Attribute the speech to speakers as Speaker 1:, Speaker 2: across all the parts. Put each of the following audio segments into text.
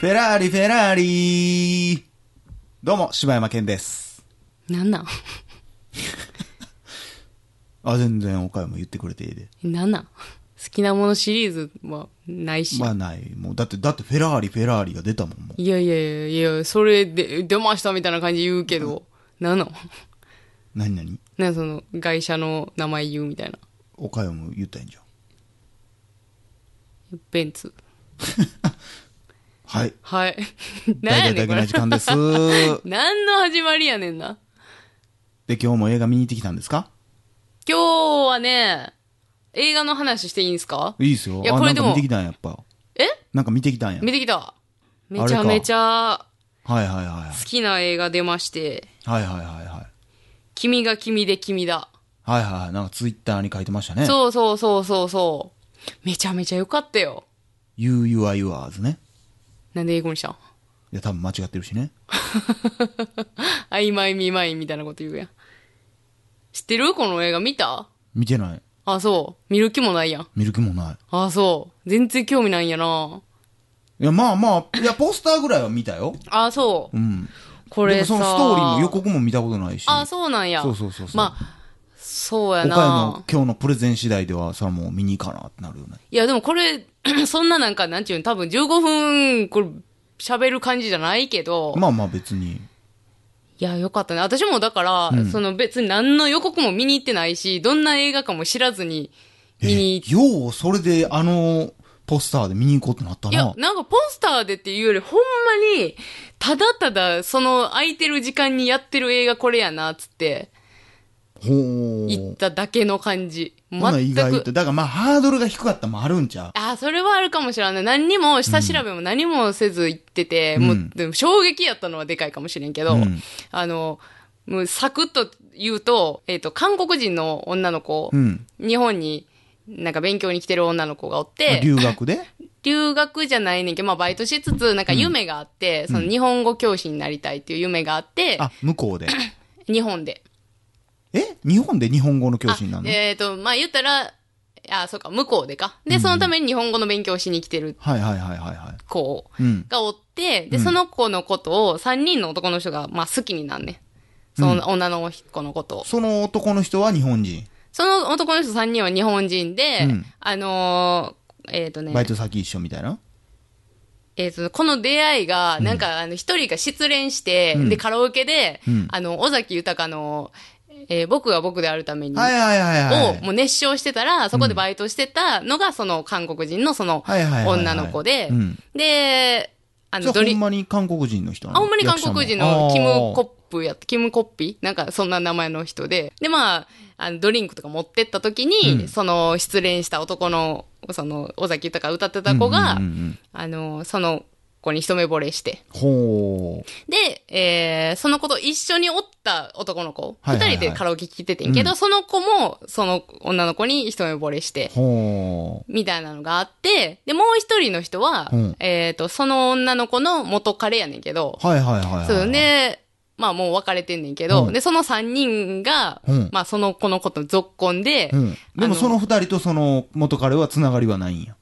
Speaker 1: フェラーリ、フェラーリー。どうも、柴山健です。
Speaker 2: なん なん
Speaker 1: あ、全然岡山言ってくれていいで。
Speaker 2: なんなん好きなものシリーズはないし。
Speaker 1: まあない。もう、だって、だってフェラーリ、フェラーリが出たもん、も
Speaker 2: いやいやいやいや、それで出ましたみたいな感じ言うけど、なん なん
Speaker 1: う。何何
Speaker 2: なんその、会社の名前言うみたいな。
Speaker 1: 岡山も言ったんじゃん。
Speaker 2: ベンツ。
Speaker 1: はい。
Speaker 2: はい。な
Speaker 1: 大々
Speaker 2: んやねん
Speaker 1: だ
Speaker 2: こ
Speaker 1: けな
Speaker 2: れ。
Speaker 1: 時間です。
Speaker 2: 何の始まりやねんな。
Speaker 1: で、今日も映画見に行ってきたんですか
Speaker 2: 今日はね、映画の話していいんですか
Speaker 1: いいですよ。
Speaker 2: いや
Speaker 1: あ、
Speaker 2: こ
Speaker 1: な
Speaker 2: れ
Speaker 1: ん
Speaker 2: で
Speaker 1: か
Speaker 2: も
Speaker 1: 見てきたんや、やっぱ。
Speaker 2: え
Speaker 1: なんか見てきたんや。
Speaker 2: 見てきた。めちゃめちゃ
Speaker 1: はいはいはいはい。
Speaker 2: 好きな映画出まして、
Speaker 1: はいはいはいはい。
Speaker 2: 君が君で君だ。
Speaker 1: はいはいはい。なんかツイッターに書いてましたね。う。
Speaker 2: そうそうそうそうそう。めちゃめちゃ良かったよ。
Speaker 1: You, you are yours ね。
Speaker 2: なんで英語にしたん
Speaker 1: いや、多分間違ってるしね。
Speaker 2: 曖昧未満みたいなこと言うやん。知ってるこの映画見た
Speaker 1: 見てない。
Speaker 2: あ、そう。見る気もないやん。
Speaker 1: 見る気もない。
Speaker 2: あ、そう。全然興味ないんやな。
Speaker 1: いや、まあまあ、いや、ポスターぐらいは見たよ。
Speaker 2: あ、そう
Speaker 1: う。ん。
Speaker 2: これ
Speaker 1: でも
Speaker 2: さ。
Speaker 1: そのストーリーも予告も見たことないし。
Speaker 2: あ、そうなんや。
Speaker 1: そうそうそうそう
Speaker 2: まあ、そうや
Speaker 1: 岡山
Speaker 2: な。
Speaker 1: 今日のプレゼン次第では、それはもう見に行かなってなるよね。
Speaker 2: いや、でもこれ、 そんななんか、なんていうの、多分15分、これ、喋る感じじゃないけど、
Speaker 1: まあまあ別に。
Speaker 2: いや、よかったね。私もだから、その別に何の予告も見に行ってないし、どんな映画かも知らずに見に行っ
Speaker 1: えよう、それであの、ポスターで見に行こうってなった
Speaker 2: いや
Speaker 1: な、。
Speaker 2: なんかポスターでっていうより、ほんまに、ただただ、その空いてる時間にやってる映画これやな、つって、
Speaker 1: ほ
Speaker 2: 行っ
Speaker 1: う。
Speaker 2: ただけの感じ。
Speaker 1: ほな意
Speaker 2: 全
Speaker 1: 外と。
Speaker 2: く。
Speaker 1: だからまあ、ハードルが低かったもあるんちゃう
Speaker 2: あー、それはあるかもしれない。何にも、下調べも何もせず行ってて、
Speaker 1: うん
Speaker 2: も
Speaker 1: う、
Speaker 2: うんでも衝撃やったのはでかいかもしれんけど、
Speaker 1: うん
Speaker 2: あの、もうサクッと言うと、えっ、と、韓国人の女の子、
Speaker 1: うん。
Speaker 2: 日本に、なんか勉強に来てる女の子がおって、
Speaker 1: 留学で
Speaker 2: 留学じゃないねんけど、まあバイトしつつ、なんか夢があって、その日本語教師になりたいっていう夢があって、
Speaker 1: あ、向こうで。
Speaker 2: 日本で。
Speaker 1: え日本で日本語の教
Speaker 2: あ
Speaker 1: 師になるの
Speaker 2: えっ、と、まあ言ったら、あ、そうか、向こうでか。で、そのために日本語の勉強をしに来てる
Speaker 1: はいはいはいはいは
Speaker 2: 子
Speaker 1: い。うん。
Speaker 2: がおって、で、
Speaker 1: うん
Speaker 2: その子のことを3人の男の人が、まあ好きになんねん。その女の子のことを。
Speaker 1: その男の人は日本人。
Speaker 2: その男の人3人は日本人で、
Speaker 1: うん
Speaker 2: あのーえっ、とね、
Speaker 1: バイト先一緒みたいな。
Speaker 2: えっ、と、この出会いが、なんか、あの、一人が失恋して、
Speaker 1: うん
Speaker 2: で、カラオケで、
Speaker 1: うん
Speaker 2: あの、尾崎豊の、えー僕が僕であるために、
Speaker 1: はいはいはいは
Speaker 2: を、
Speaker 1: い。
Speaker 2: もう熱唱してたら、そこでバイトしてたのが、その、韓国人の、その、
Speaker 1: はいはいはいはい
Speaker 2: 女の子で、
Speaker 1: うん
Speaker 2: で、あ
Speaker 1: じゃ
Speaker 2: の、
Speaker 1: あほ
Speaker 2: ドリ
Speaker 1: ん、まに韓国人の人な
Speaker 2: あ、ほんまに韓国人のキムコッ
Speaker 1: プ。
Speaker 2: プやった、キムコッピーなんか、そんな名前の人で。で、まあ、あのドリンクとか持ってった時に、
Speaker 1: うん
Speaker 2: その、失恋した男の、その、尾崎豊が歌ってた子が、
Speaker 1: うんうんうんうん
Speaker 2: あの、その子に一目惚れして。
Speaker 1: ほう。
Speaker 2: で、えー、その子と一緒におった男の子、
Speaker 1: は
Speaker 2: 二、
Speaker 1: いはいはい
Speaker 2: 人でカラオケ聴いててんけど、
Speaker 1: う
Speaker 2: その子も、その女の子に一目惚れして、
Speaker 1: ほ
Speaker 2: みたいなのがあって、で、もう一人の人は、
Speaker 1: うん
Speaker 2: えっ、と、その女の子の元彼やねんけど、
Speaker 1: う。はいはいはいはい。
Speaker 2: そう。で、まあもう別れてんねんけど、
Speaker 1: うん
Speaker 2: で、その三人が、
Speaker 1: うん
Speaker 2: まあその子のこと続婚で、
Speaker 1: うん。で
Speaker 2: あ
Speaker 1: も
Speaker 2: の
Speaker 1: その二人とその元彼はつながりはないんや。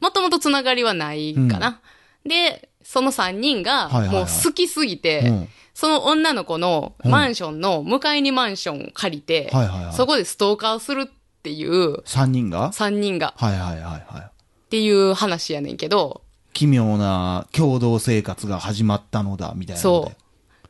Speaker 2: もともとつながりはないかな。で、その三人が、
Speaker 1: はいはいはい
Speaker 2: もう好きすぎて、
Speaker 1: うん。はい
Speaker 2: その女の子の
Speaker 1: うん
Speaker 2: マンションの、向かいにマンションを借りて、
Speaker 1: はいはい。
Speaker 2: そこでストーカーをするっていう、
Speaker 1: 三人が
Speaker 2: 3人が
Speaker 1: はいはいはいはい。
Speaker 2: っていう話やねんけど、
Speaker 1: 奇妙な共同生活が始まったのだ、みたいなので。
Speaker 2: そ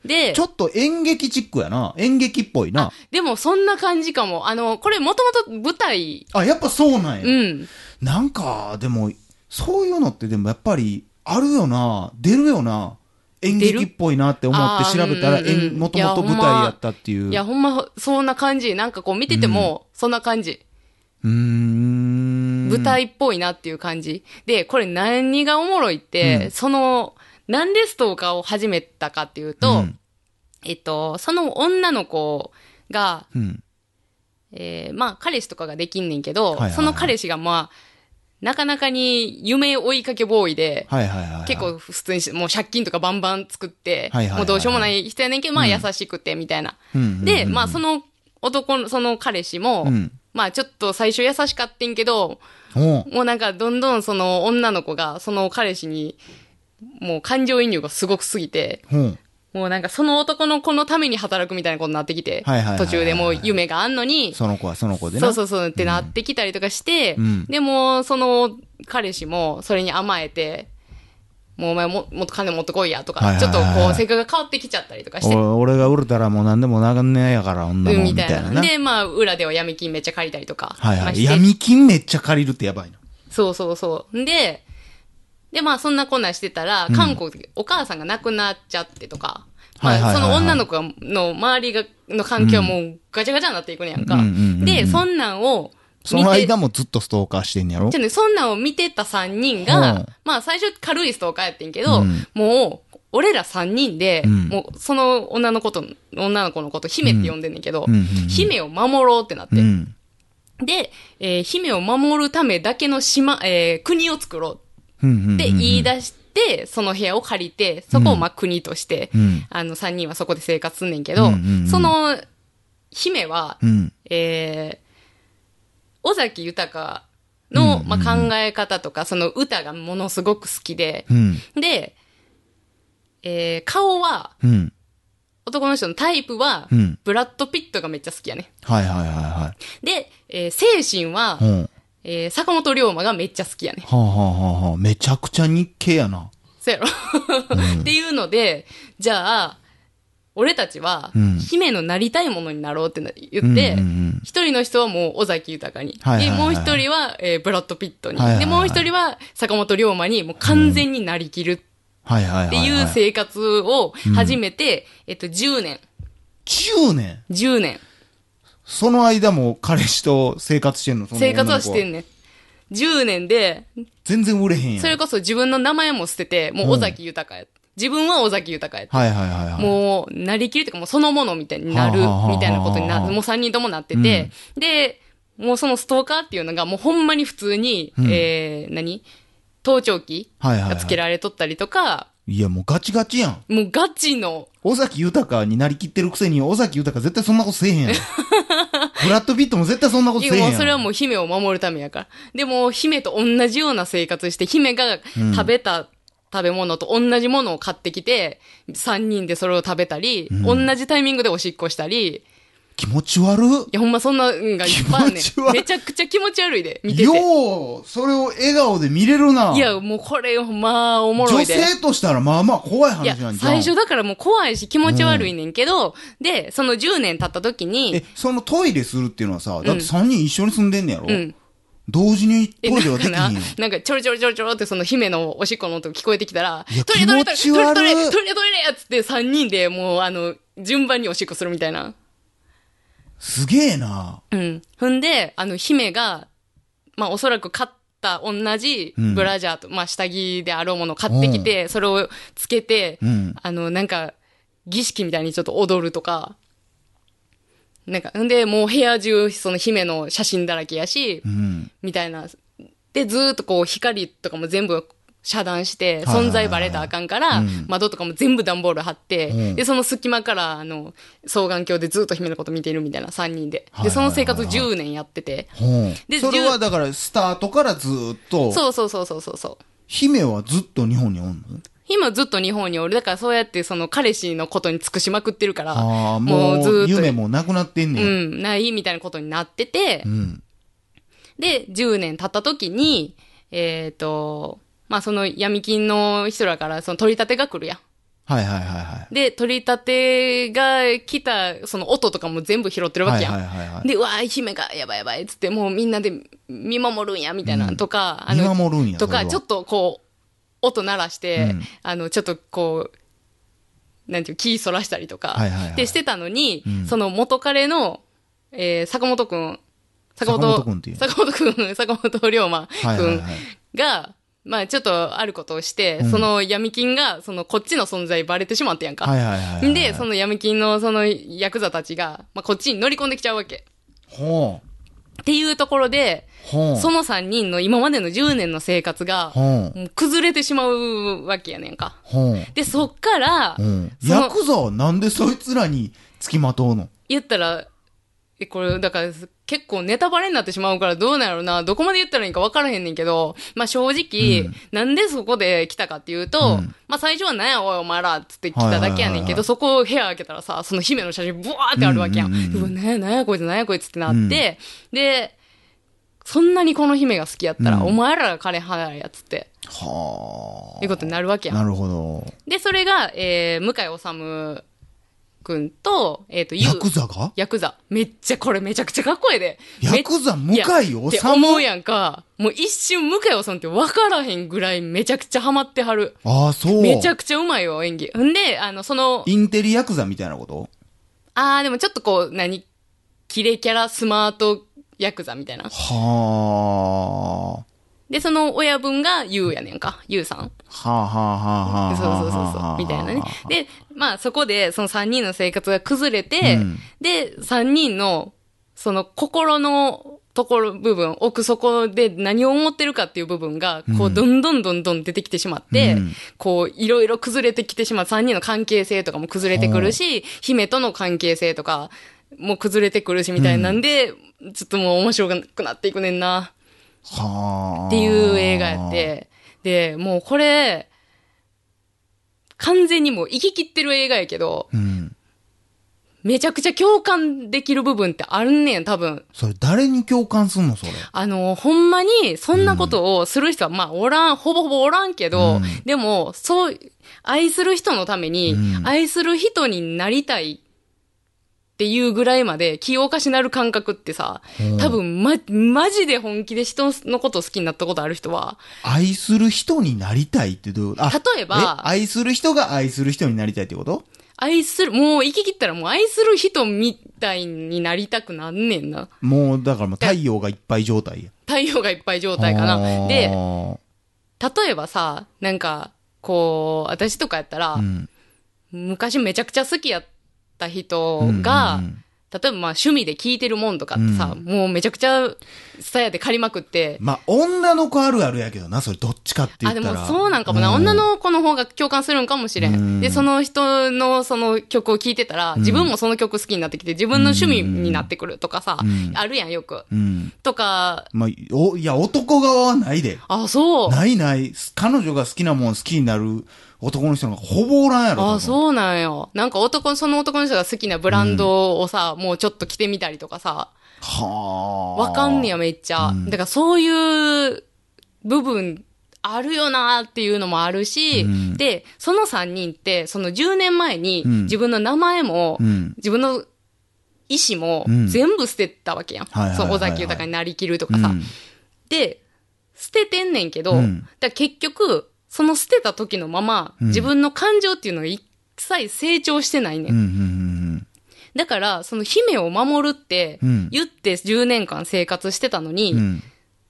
Speaker 2: で
Speaker 1: ちょ、っと演劇チックやな。演劇っぽいな。
Speaker 2: でもそんな感じかも。あの、これもともと舞台、
Speaker 1: あ、やっぱそうなんや。
Speaker 2: うん。
Speaker 1: なんか、でも、そういうのってでもやっぱり、あるよな、出るよな、演劇っぽいなって思って
Speaker 2: 出る
Speaker 1: 調べたら、
Speaker 2: あーうんうん
Speaker 1: もともと舞台やったっていう。
Speaker 2: いや、
Speaker 1: う
Speaker 2: ほんま、そんな感じ。なんかこう見てても、そんな感じ。
Speaker 1: ーん。
Speaker 2: 舞台っぽいなっていう感じ。で、これ何がおもろいって、
Speaker 1: うん
Speaker 2: その、なんでストーカーを始めたかっていうと、
Speaker 1: うん
Speaker 2: えっと、その女の子が、
Speaker 1: うん。
Speaker 2: えーまあ、彼氏とかができんねんけど、
Speaker 1: はいはいはい
Speaker 2: その彼氏がまあ、なかなかに夢追いかけボーイで、
Speaker 1: はいはいはいはい。
Speaker 2: 結構普通にしもう借金とかバンバン作って、
Speaker 1: はいはいはいはい
Speaker 2: もうどうしようもない人やねんけど、まあ優しくてみたいな。
Speaker 1: うんうんうんうん
Speaker 2: で、まあその男の、その彼氏も、
Speaker 1: うん
Speaker 2: まあちょっと最初優しかってんけど、
Speaker 1: おう
Speaker 2: もうなんかどんどんその女の子がその彼氏に、もう感情移入がすごくすぎて、
Speaker 1: ほう
Speaker 2: もうなんかその男の子のために働くみたいなことになってきて
Speaker 1: はいはいはいは、い
Speaker 2: 途中でもう夢があんのに、
Speaker 1: その子はその子でな
Speaker 2: そうそうそうってなってきたりとかして、
Speaker 1: うん
Speaker 2: でも、その彼氏もそれに甘えて、もうお前ももっと金持ってこいやとか、
Speaker 1: はいはいはいはい
Speaker 2: ちょっとこう性格が変わってきちゃったりとかして、
Speaker 1: お俺が売れたらもう何でもながんねえやから女
Speaker 2: うん
Speaker 1: もん
Speaker 2: み
Speaker 1: み
Speaker 2: た
Speaker 1: た
Speaker 2: い
Speaker 1: い
Speaker 2: な。
Speaker 1: なな
Speaker 2: で、まあ、裏では闇金めっちゃ借りたりとか、
Speaker 1: はい
Speaker 2: ま
Speaker 1: は
Speaker 2: あ
Speaker 1: い
Speaker 2: して
Speaker 1: 闇金めっちゃ借りるってやばいな
Speaker 2: そうそうそう。で、で、まあ、そんなこんなんしてたら、韓国でお母さんが亡くなっちゃってとか、ま
Speaker 1: はいは
Speaker 2: あ、
Speaker 1: いは
Speaker 2: そ
Speaker 1: いはい
Speaker 2: の女の子がの周りが、の環境はもうガチャガチャになっていくねやんか
Speaker 1: うんうんうんう。ん
Speaker 2: で、そんなんを
Speaker 1: そ
Speaker 2: 見
Speaker 1: の
Speaker 2: て、
Speaker 1: 間もずっとストーカーしてんやろ
Speaker 2: じゃあね、そんなんを見てた3人
Speaker 1: うん
Speaker 2: が、まあ最初軽いストーカーやってんけど、
Speaker 1: うん
Speaker 2: もう、俺ら3人で、
Speaker 1: うん
Speaker 2: もうその女の子と、女の子のこと姫って呼んでんねんけど、
Speaker 1: うんうんうん
Speaker 2: 姫を守ろうってなって。
Speaker 1: うん
Speaker 2: で、えー姫を守るためだけの島、えー国を作ろう
Speaker 1: うんうんうんうん
Speaker 2: って言い出して、その部屋を借りて、そこをまあ国として、
Speaker 1: うん
Speaker 2: あの3人はそこで生活すんねんけど、
Speaker 1: うんうんうん
Speaker 2: その姫は、
Speaker 1: うん
Speaker 2: えー、尾崎豊の、
Speaker 1: うん
Speaker 2: まあ、考え方とか、その歌がものすごく好きで、
Speaker 1: うん
Speaker 2: で、えー、顔は、
Speaker 1: うん
Speaker 2: 男の人のタイプは、
Speaker 1: うん
Speaker 2: ブラッド・ピットがめっちゃ好きやね。
Speaker 1: はいはいは
Speaker 2: で、えー精神はい
Speaker 1: はい、うん
Speaker 2: えー坂本龍馬がめっちゃ好きやね。
Speaker 1: はあはあはあはあめちゃくちゃ日系やな
Speaker 2: そうやろ、っていうので、じゃあ、俺たちは
Speaker 1: うん、
Speaker 2: 姫のなりたいものになろうってな言って、
Speaker 1: うんうんうん
Speaker 2: 一人の人はもう尾崎豊に。
Speaker 1: はいはいはい
Speaker 2: で、もう一人は、えーブラッド・ピットに。
Speaker 1: はいはいはい
Speaker 2: で、もう一人は坂本龍馬にもう完全になりきるっ
Speaker 1: はいはい
Speaker 2: て
Speaker 1: はいい、
Speaker 2: う
Speaker 1: はい、
Speaker 2: 生活を始めて、えっと、10年。
Speaker 1: 10年
Speaker 2: 10年。
Speaker 1: その間も彼氏と生活してんのその
Speaker 2: 生活はして
Speaker 1: 女の子
Speaker 2: んねん。10年で、
Speaker 1: 全然売れへんやん
Speaker 2: それこそ自分の名前も捨てて、もう尾崎豊や。自分は尾崎豊や。
Speaker 1: はいはいはいはい
Speaker 2: もう、なりきりというか、もうそのものみたいになる
Speaker 1: はあはあはあ、はあ
Speaker 2: みたいなことにな、もう3人ともなってて、で、もうそのストーカーっていうのが、もうほんまに普通に、
Speaker 1: うん
Speaker 2: えー、何盗聴器
Speaker 1: はいはい、
Speaker 2: が
Speaker 1: は
Speaker 2: つけられとったりとか、
Speaker 1: い、いやもうガチガチやん
Speaker 2: もうガチの、
Speaker 1: 尾崎豊になりきってるくせに尾崎豊絶対そんなことせえへんやん ブラッド・ピットも絶対そんなこと
Speaker 2: い
Speaker 1: せ
Speaker 2: や
Speaker 1: えへんや
Speaker 2: もうんそれはもう姫を守るためやから。でも、姫と同じような生活して、姫が食べた、食べ物と同じものを買ってきて、3人でそれを食べたり、同じタイミングでおしっこしたり、
Speaker 1: 気持ち悪っ
Speaker 2: いやほんまそんなんがいっぱいあんね
Speaker 1: 気持ち悪
Speaker 2: ん。
Speaker 1: い
Speaker 2: めちゃくちゃ気持ち悪いで、見てて。
Speaker 1: ようそれを笑顔で見れるない
Speaker 2: や、もうこれ、まあ、おもろ
Speaker 1: 女
Speaker 2: いで。
Speaker 1: 性としたらまあまあ怖い
Speaker 2: いや
Speaker 1: 話なん、じゃん
Speaker 2: 最初だからもう怖いし気持ち悪いねんけど、で、その10年経った時
Speaker 1: え
Speaker 2: に、
Speaker 1: そのトイレするっていうのはさだって3人一緒に住んでんねやろ、
Speaker 2: うん。
Speaker 1: 同時に
Speaker 2: え
Speaker 1: トイレはできへんや
Speaker 2: なん んかな、なんかちょろちょろちょろちょろってその姫のおしっこの音聞こえてきたら
Speaker 1: いや、
Speaker 2: トイレトイレトイ
Speaker 1: 気持ち
Speaker 2: レ
Speaker 1: 悪い
Speaker 2: トイレトイレトイレトイレやっつって3人でもうあの、順番におしっこするみたいな。
Speaker 1: すげえな
Speaker 2: うん。ほんで、あの、姫が、まあ、おそらく買った同じ
Speaker 1: うん
Speaker 2: ブラジャーと、まあ、下着であろうものを買ってきて、それをつけて、
Speaker 1: うん
Speaker 2: あの、なんか、儀式みたいにちょっと踊るとか、なんか、んで、もう部屋中、その姫の写真だらけやし
Speaker 1: う、ん
Speaker 2: みたいな。で、ずーっとこう、光とかも全部遮断して、
Speaker 1: はいはいはい
Speaker 2: 存在バレたらあかんから、
Speaker 1: うん
Speaker 2: 窓とかも全部段ボール貼って、
Speaker 1: うん
Speaker 2: で、その隙間から、あの、双眼鏡でずーっと姫のこと見てるみたいな、3人で。
Speaker 1: はいはいはいは
Speaker 2: で、
Speaker 1: い
Speaker 2: その生活10年やってて。
Speaker 1: ほう
Speaker 2: で
Speaker 1: それはだからスタートからずーっと
Speaker 2: そうそうそうそうそうそう。
Speaker 1: 姫はずっと日本におんの
Speaker 2: 今ずっと日本におる。だからそうやってその彼氏のことに尽くしまくってるから、
Speaker 1: ああも
Speaker 2: ー
Speaker 1: う夢もなくなってんね
Speaker 2: うんん、ないみたいなことになってて、
Speaker 1: うん
Speaker 2: で、10年経った時に、えっ、と、まあ、その闇金の人らから、その取り立てが来るやん。
Speaker 1: はいはいはいは
Speaker 2: で、取り立てが来た、その音とかも全部拾ってる
Speaker 1: い
Speaker 2: わ
Speaker 1: は
Speaker 2: け
Speaker 1: い
Speaker 2: やん。
Speaker 1: はいはいはい
Speaker 2: で、うわー、姫が、やばいやばい、つって、もうみんなで見守るんや、みたいな、
Speaker 1: うん
Speaker 2: とか、
Speaker 1: 見守るんや
Speaker 2: と
Speaker 1: それ
Speaker 2: か、
Speaker 1: は
Speaker 2: ちょっとこう、音鳴らして、
Speaker 1: うん
Speaker 2: あの、ちょっとこう、なんていう、気そらしたりとか、
Speaker 1: はいはいはい
Speaker 2: で、してたのに、
Speaker 1: うん
Speaker 2: その元彼の、えー坂本くん、
Speaker 1: 坂本くんっていう
Speaker 2: 坂本くん、 坂本龍馬くんが、
Speaker 1: はいはいはい
Speaker 2: まあ、ちょっとあることをして、
Speaker 1: うん
Speaker 2: その闇金が、そのこっちの存在バレてしまってやんか。
Speaker 1: はいはいはいはい
Speaker 2: で、その闇金のそのヤクザたちが、まあ、こっちに乗り込んできちゃうわけ。
Speaker 1: ほう
Speaker 2: っていうところで、
Speaker 1: ほう
Speaker 2: その3人の今までの10年の生活が、
Speaker 1: ほう
Speaker 2: もう崩れてしまうわけやねんか。
Speaker 1: ほう
Speaker 2: で、そっから、
Speaker 1: うん
Speaker 2: その
Speaker 1: ヤクザはなんでそいつらに付きまとうの
Speaker 2: 言ったら、えこれ、だから、結構ネタバレになってしまうからどうなんやろな、どこまで言ったらいいんか分からへんねんけど、まあ正直、
Speaker 1: うん
Speaker 2: なんでそこで来たかっていうと、
Speaker 1: うん
Speaker 2: まあ最初はなんやおいお前らっつって来ただけ
Speaker 1: は
Speaker 2: やねんけど、
Speaker 1: いはいはいはい
Speaker 2: そこを部屋開けたらさ、その姫の写真ブワーってあるわけやん。
Speaker 1: う
Speaker 2: うん
Speaker 1: うんうんうん
Speaker 2: わ、なんやなんやこいつなんやこいつってなって、で、そんなにこの姫が好きやったら、
Speaker 1: うん
Speaker 2: お前らが金払えやっつって、
Speaker 1: はあ。
Speaker 2: いうことになるわけやん。
Speaker 1: なるほど。
Speaker 2: で、それが、えー、向井治くんと、えっ、と、ゆ
Speaker 1: ヤ
Speaker 2: う
Speaker 1: クザが
Speaker 2: ヤクザ。めっちゃ、これめちゃくちゃかっこええで。
Speaker 1: ヤクザ向
Speaker 2: めっちゃ
Speaker 1: 井
Speaker 2: って
Speaker 1: 治
Speaker 2: 思うやんか。もう一瞬向井さんって分からへんぐらいめちゃくちゃハマってはる。
Speaker 1: ああ、そう。
Speaker 2: めちゃくちゃうまいよ、演技。んで、あの、その、
Speaker 1: インテリヤクザみたいなこと
Speaker 2: あー、でもちょっとこう、何キレキャラスマートヤクザみたいな。
Speaker 1: はあ。
Speaker 2: で、その親分がユウやねんか。ユウさん。
Speaker 1: はあはあはあはあ。
Speaker 2: そうそうそうそう。みたいなね。で、まあそこで、その3人の生活が崩れて、
Speaker 1: うん
Speaker 2: で、3人の、その心のところ部分、奥底で何を思ってるかっていう部分が、こう、どんどんどんどん出てきてしまって、
Speaker 1: うん
Speaker 2: こう、いろいろ崩れてきてしまう。3人の関係性とかも崩れてくるし、姫との関係性とかも崩れてくるし、みたいなんで、ちょっともう面白くなっていくねんな。
Speaker 1: はあ。
Speaker 2: っていう映画やっ。て、で、もうこれ、完全にもう行き切ってる映画やけど、
Speaker 1: うん。
Speaker 2: めちゃくちゃ共感できる部分ってあるんねん、多分。
Speaker 1: それ誰に共感すんのそれ。
Speaker 2: あの、ほんまに、そんなことをする人は、まあ、おらん、ほぼほぼおらんけど、
Speaker 1: うん
Speaker 2: でも、そう、愛する人のために、
Speaker 1: うん
Speaker 2: 愛する人になりたいっていうぐらいまで、気をおかしなる感覚ってさ、多分、ま、マジで本気で人のこと好きになったことある人は、
Speaker 1: 愛する人になりたいってどういうことあ
Speaker 2: 例えば
Speaker 1: え愛する人が愛する人になりたいってこと
Speaker 2: 愛する、もう生き切ったらもう愛する人みたいになりたくなんねんな。
Speaker 1: もう、だからもう太陽がいっぱい状態や。
Speaker 2: 太陽がいっぱい状態かな。で、
Speaker 1: は
Speaker 2: 例えばさ、なんか、こう、私とかやった
Speaker 1: あ、
Speaker 2: ら、
Speaker 1: うん
Speaker 2: 昔めちゃくちゃ好きやった人が、
Speaker 1: うんうんうん
Speaker 2: 例えばまあ趣味で聴いてるもんとかってさ、
Speaker 1: う
Speaker 2: もうめちゃくちゃ、スタヤで借りまくって、
Speaker 1: まあ、女の子あるあるやけどな、それどっちかって言
Speaker 2: あ、
Speaker 1: っ
Speaker 2: で
Speaker 1: たら。
Speaker 2: もそうなんかもな、
Speaker 1: う
Speaker 2: 女の子の方が共感するんかもしれん。
Speaker 1: うん
Speaker 2: で、その人のその曲を聴いてたら、自分もその曲好きになってきて、自分の趣味になってくるとかさ、
Speaker 1: うん
Speaker 2: あるやんよく。
Speaker 1: うん。
Speaker 2: とか、
Speaker 1: まあ、お、いや、男側はないで。
Speaker 2: あ、そう。
Speaker 1: ないない。彼女が好きなもん好きになる男の人がほぼおらんやろ。多
Speaker 2: あ、
Speaker 1: 分
Speaker 2: そうなんよ。なんか男、その男の人が好きなブランドをさ、もうちょっと着てみたりとかさ、
Speaker 1: はあ。
Speaker 2: わかんねや、めっちゃ。だからそういう部分、あるよなっていうのもあるし、
Speaker 1: うん
Speaker 2: で、その3人って、その10年前に
Speaker 1: うん
Speaker 2: 自分の名前も、
Speaker 1: うん。
Speaker 2: 自分の意思も
Speaker 1: うん
Speaker 2: 全部捨てたわけやん。
Speaker 1: はいはいはいはい
Speaker 2: そう、尾崎豊になりきるとかさ。
Speaker 1: うん
Speaker 2: で、捨ててんねんけど、
Speaker 1: うん
Speaker 2: だから結局、その捨てた時のまま、
Speaker 1: うん
Speaker 2: 自分の感情っていうのが一切成長してないねん。
Speaker 1: うんうん
Speaker 2: だから、その姫を守るって
Speaker 1: うん
Speaker 2: 言って10年間生活してたのに、
Speaker 1: うんうん。うん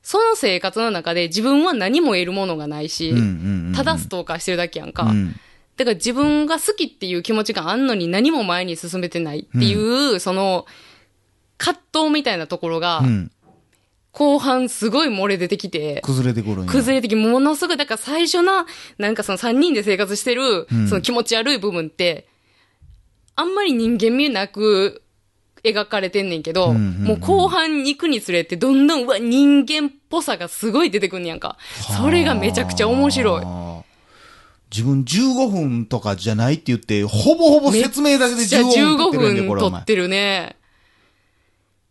Speaker 2: その生活の中で自分は何も得るものがないし、
Speaker 1: うんうんうん。
Speaker 2: ただストーカーしてるだけやんか。
Speaker 1: うん
Speaker 2: だから自分が好きっていう気持ちがあんのに何も前に進めてないっていう、その、葛藤みたいなところが
Speaker 1: う、ん。
Speaker 2: 後半すごい漏れ出てきて、
Speaker 1: 崩れてくるんや。
Speaker 2: 崩れてき、ものすごい、だから最初な、なんかその3人で生活してる、
Speaker 1: うん
Speaker 2: その気持ち悪い部分って、あんまり人間味なく描かれてんねんけど、
Speaker 1: うんうんうん
Speaker 2: もう後半に行くにつれて、どんどん、うわ、人間っぽさがすごい出てくんねやんか。それがめちゃくちゃ面白い。
Speaker 1: い。自分15分とかじゃないって言って、ほぼほぼ説明だけで
Speaker 2: じゃあ
Speaker 1: 15分撮
Speaker 2: 15
Speaker 1: ってるんで、
Speaker 2: 分
Speaker 1: これ
Speaker 2: 撮
Speaker 1: お前
Speaker 2: っ。てるね。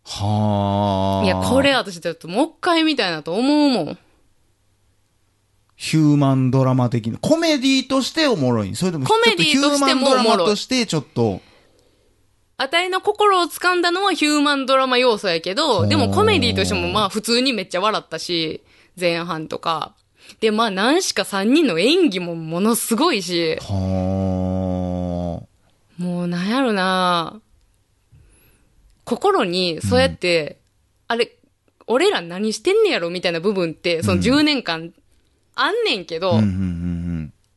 Speaker 1: はあ。
Speaker 2: いや、これ。私ちょっともう一回見たいなと思うもん。
Speaker 1: ヒューマンドラマ的な。コメディとしておもろいん。それとも、
Speaker 2: コメディとし
Speaker 1: ヒューマ
Speaker 2: てもおもろい
Speaker 1: ンドラマとして、ちょっと、
Speaker 2: あたいの心を掴んだのはヒューマンドラマ要素やけ
Speaker 1: お
Speaker 2: ど、
Speaker 1: ー
Speaker 2: でもコメディとしてもまあ普通にめっちゃ笑ったし、前半とか。で、まあ何しか3人の演技もものすごいし、
Speaker 1: は
Speaker 2: もうなんやろな心にそうやって、あれ、俺ら何してんねやろみたいな部分って、その10年間あんねんけど、
Speaker 1: あ。うんうんうん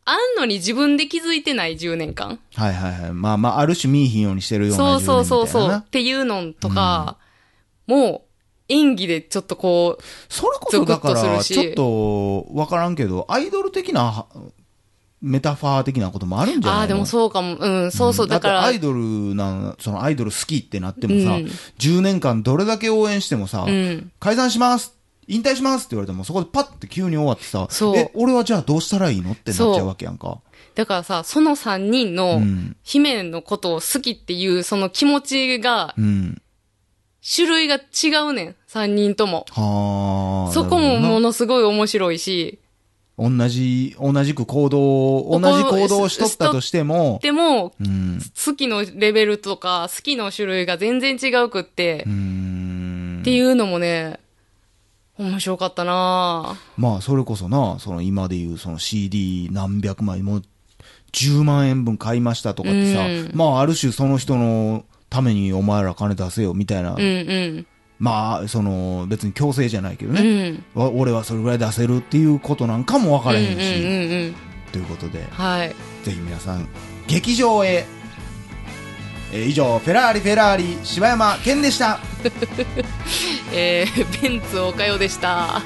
Speaker 2: あんのに自分で気づいてない10年間。
Speaker 1: うん。はいはいはい。まあまあ、ある種見えひんようにしてるような
Speaker 2: そう
Speaker 1: 自分み
Speaker 2: そう
Speaker 1: たいな
Speaker 2: そう
Speaker 1: な。
Speaker 2: そう。っていうのとか、もう演技でちょっとこう、
Speaker 1: それこそだか
Speaker 2: ゾクッ
Speaker 1: ら、
Speaker 2: と
Speaker 1: ち
Speaker 2: する
Speaker 1: ょっ
Speaker 2: し
Speaker 1: と、わからんけど、アイドル的なはメタファー的なこともあるんじゃない
Speaker 2: あ
Speaker 1: の
Speaker 2: あ、でもそうかも。うん、そうそう。だか
Speaker 1: って
Speaker 2: ら
Speaker 1: ア、イドルなん、そのアイドル好きってなってもさ、
Speaker 2: うん
Speaker 1: 10年間どれだけ応援してもさ、
Speaker 2: うん
Speaker 1: 解散します引退しますって言われても、そこでパッて急に終わってさ、
Speaker 2: そう
Speaker 1: え、俺はじゃあどうしたらいいのってなっちゃうわけやんか。
Speaker 2: だからさ、その3人
Speaker 1: う
Speaker 2: の
Speaker 1: ん、
Speaker 2: 姫のことを好きっていう、その気持ちが、
Speaker 1: うん。
Speaker 2: 種類が違うねん。3人とも。
Speaker 1: はあ。
Speaker 2: そこも
Speaker 1: なる
Speaker 2: も
Speaker 1: ほ
Speaker 2: のすごい面白いし、
Speaker 1: どな同じ、同じく行動を、同じ行動をしとったとしても、
Speaker 2: でも、
Speaker 1: うん。
Speaker 2: 好きのレベルとか、好きの種類が全然違うくって
Speaker 1: うー、ん
Speaker 2: っていうのもね、面白かったなぁ
Speaker 1: まあ、それこそな、その今でいうその CD 何百枚も10万円分買いましたとかってさ、
Speaker 2: うん
Speaker 1: まあ、ある種その人のためにお前ら金出せよみたいな、
Speaker 2: うんうん。
Speaker 1: まあ、その別に強制じゃないけど
Speaker 2: うん。う
Speaker 1: ね、
Speaker 2: ん
Speaker 1: わ俺はそれぐらい出せるっていうことなんかも分からへんし、
Speaker 2: うんうんうん。
Speaker 1: ということで、
Speaker 2: はい。
Speaker 1: ぜひ皆さん、劇場へ。えー以上、フェラーリ、フェラーリ、柴山健でした。
Speaker 2: えー、ベンツおかよでした。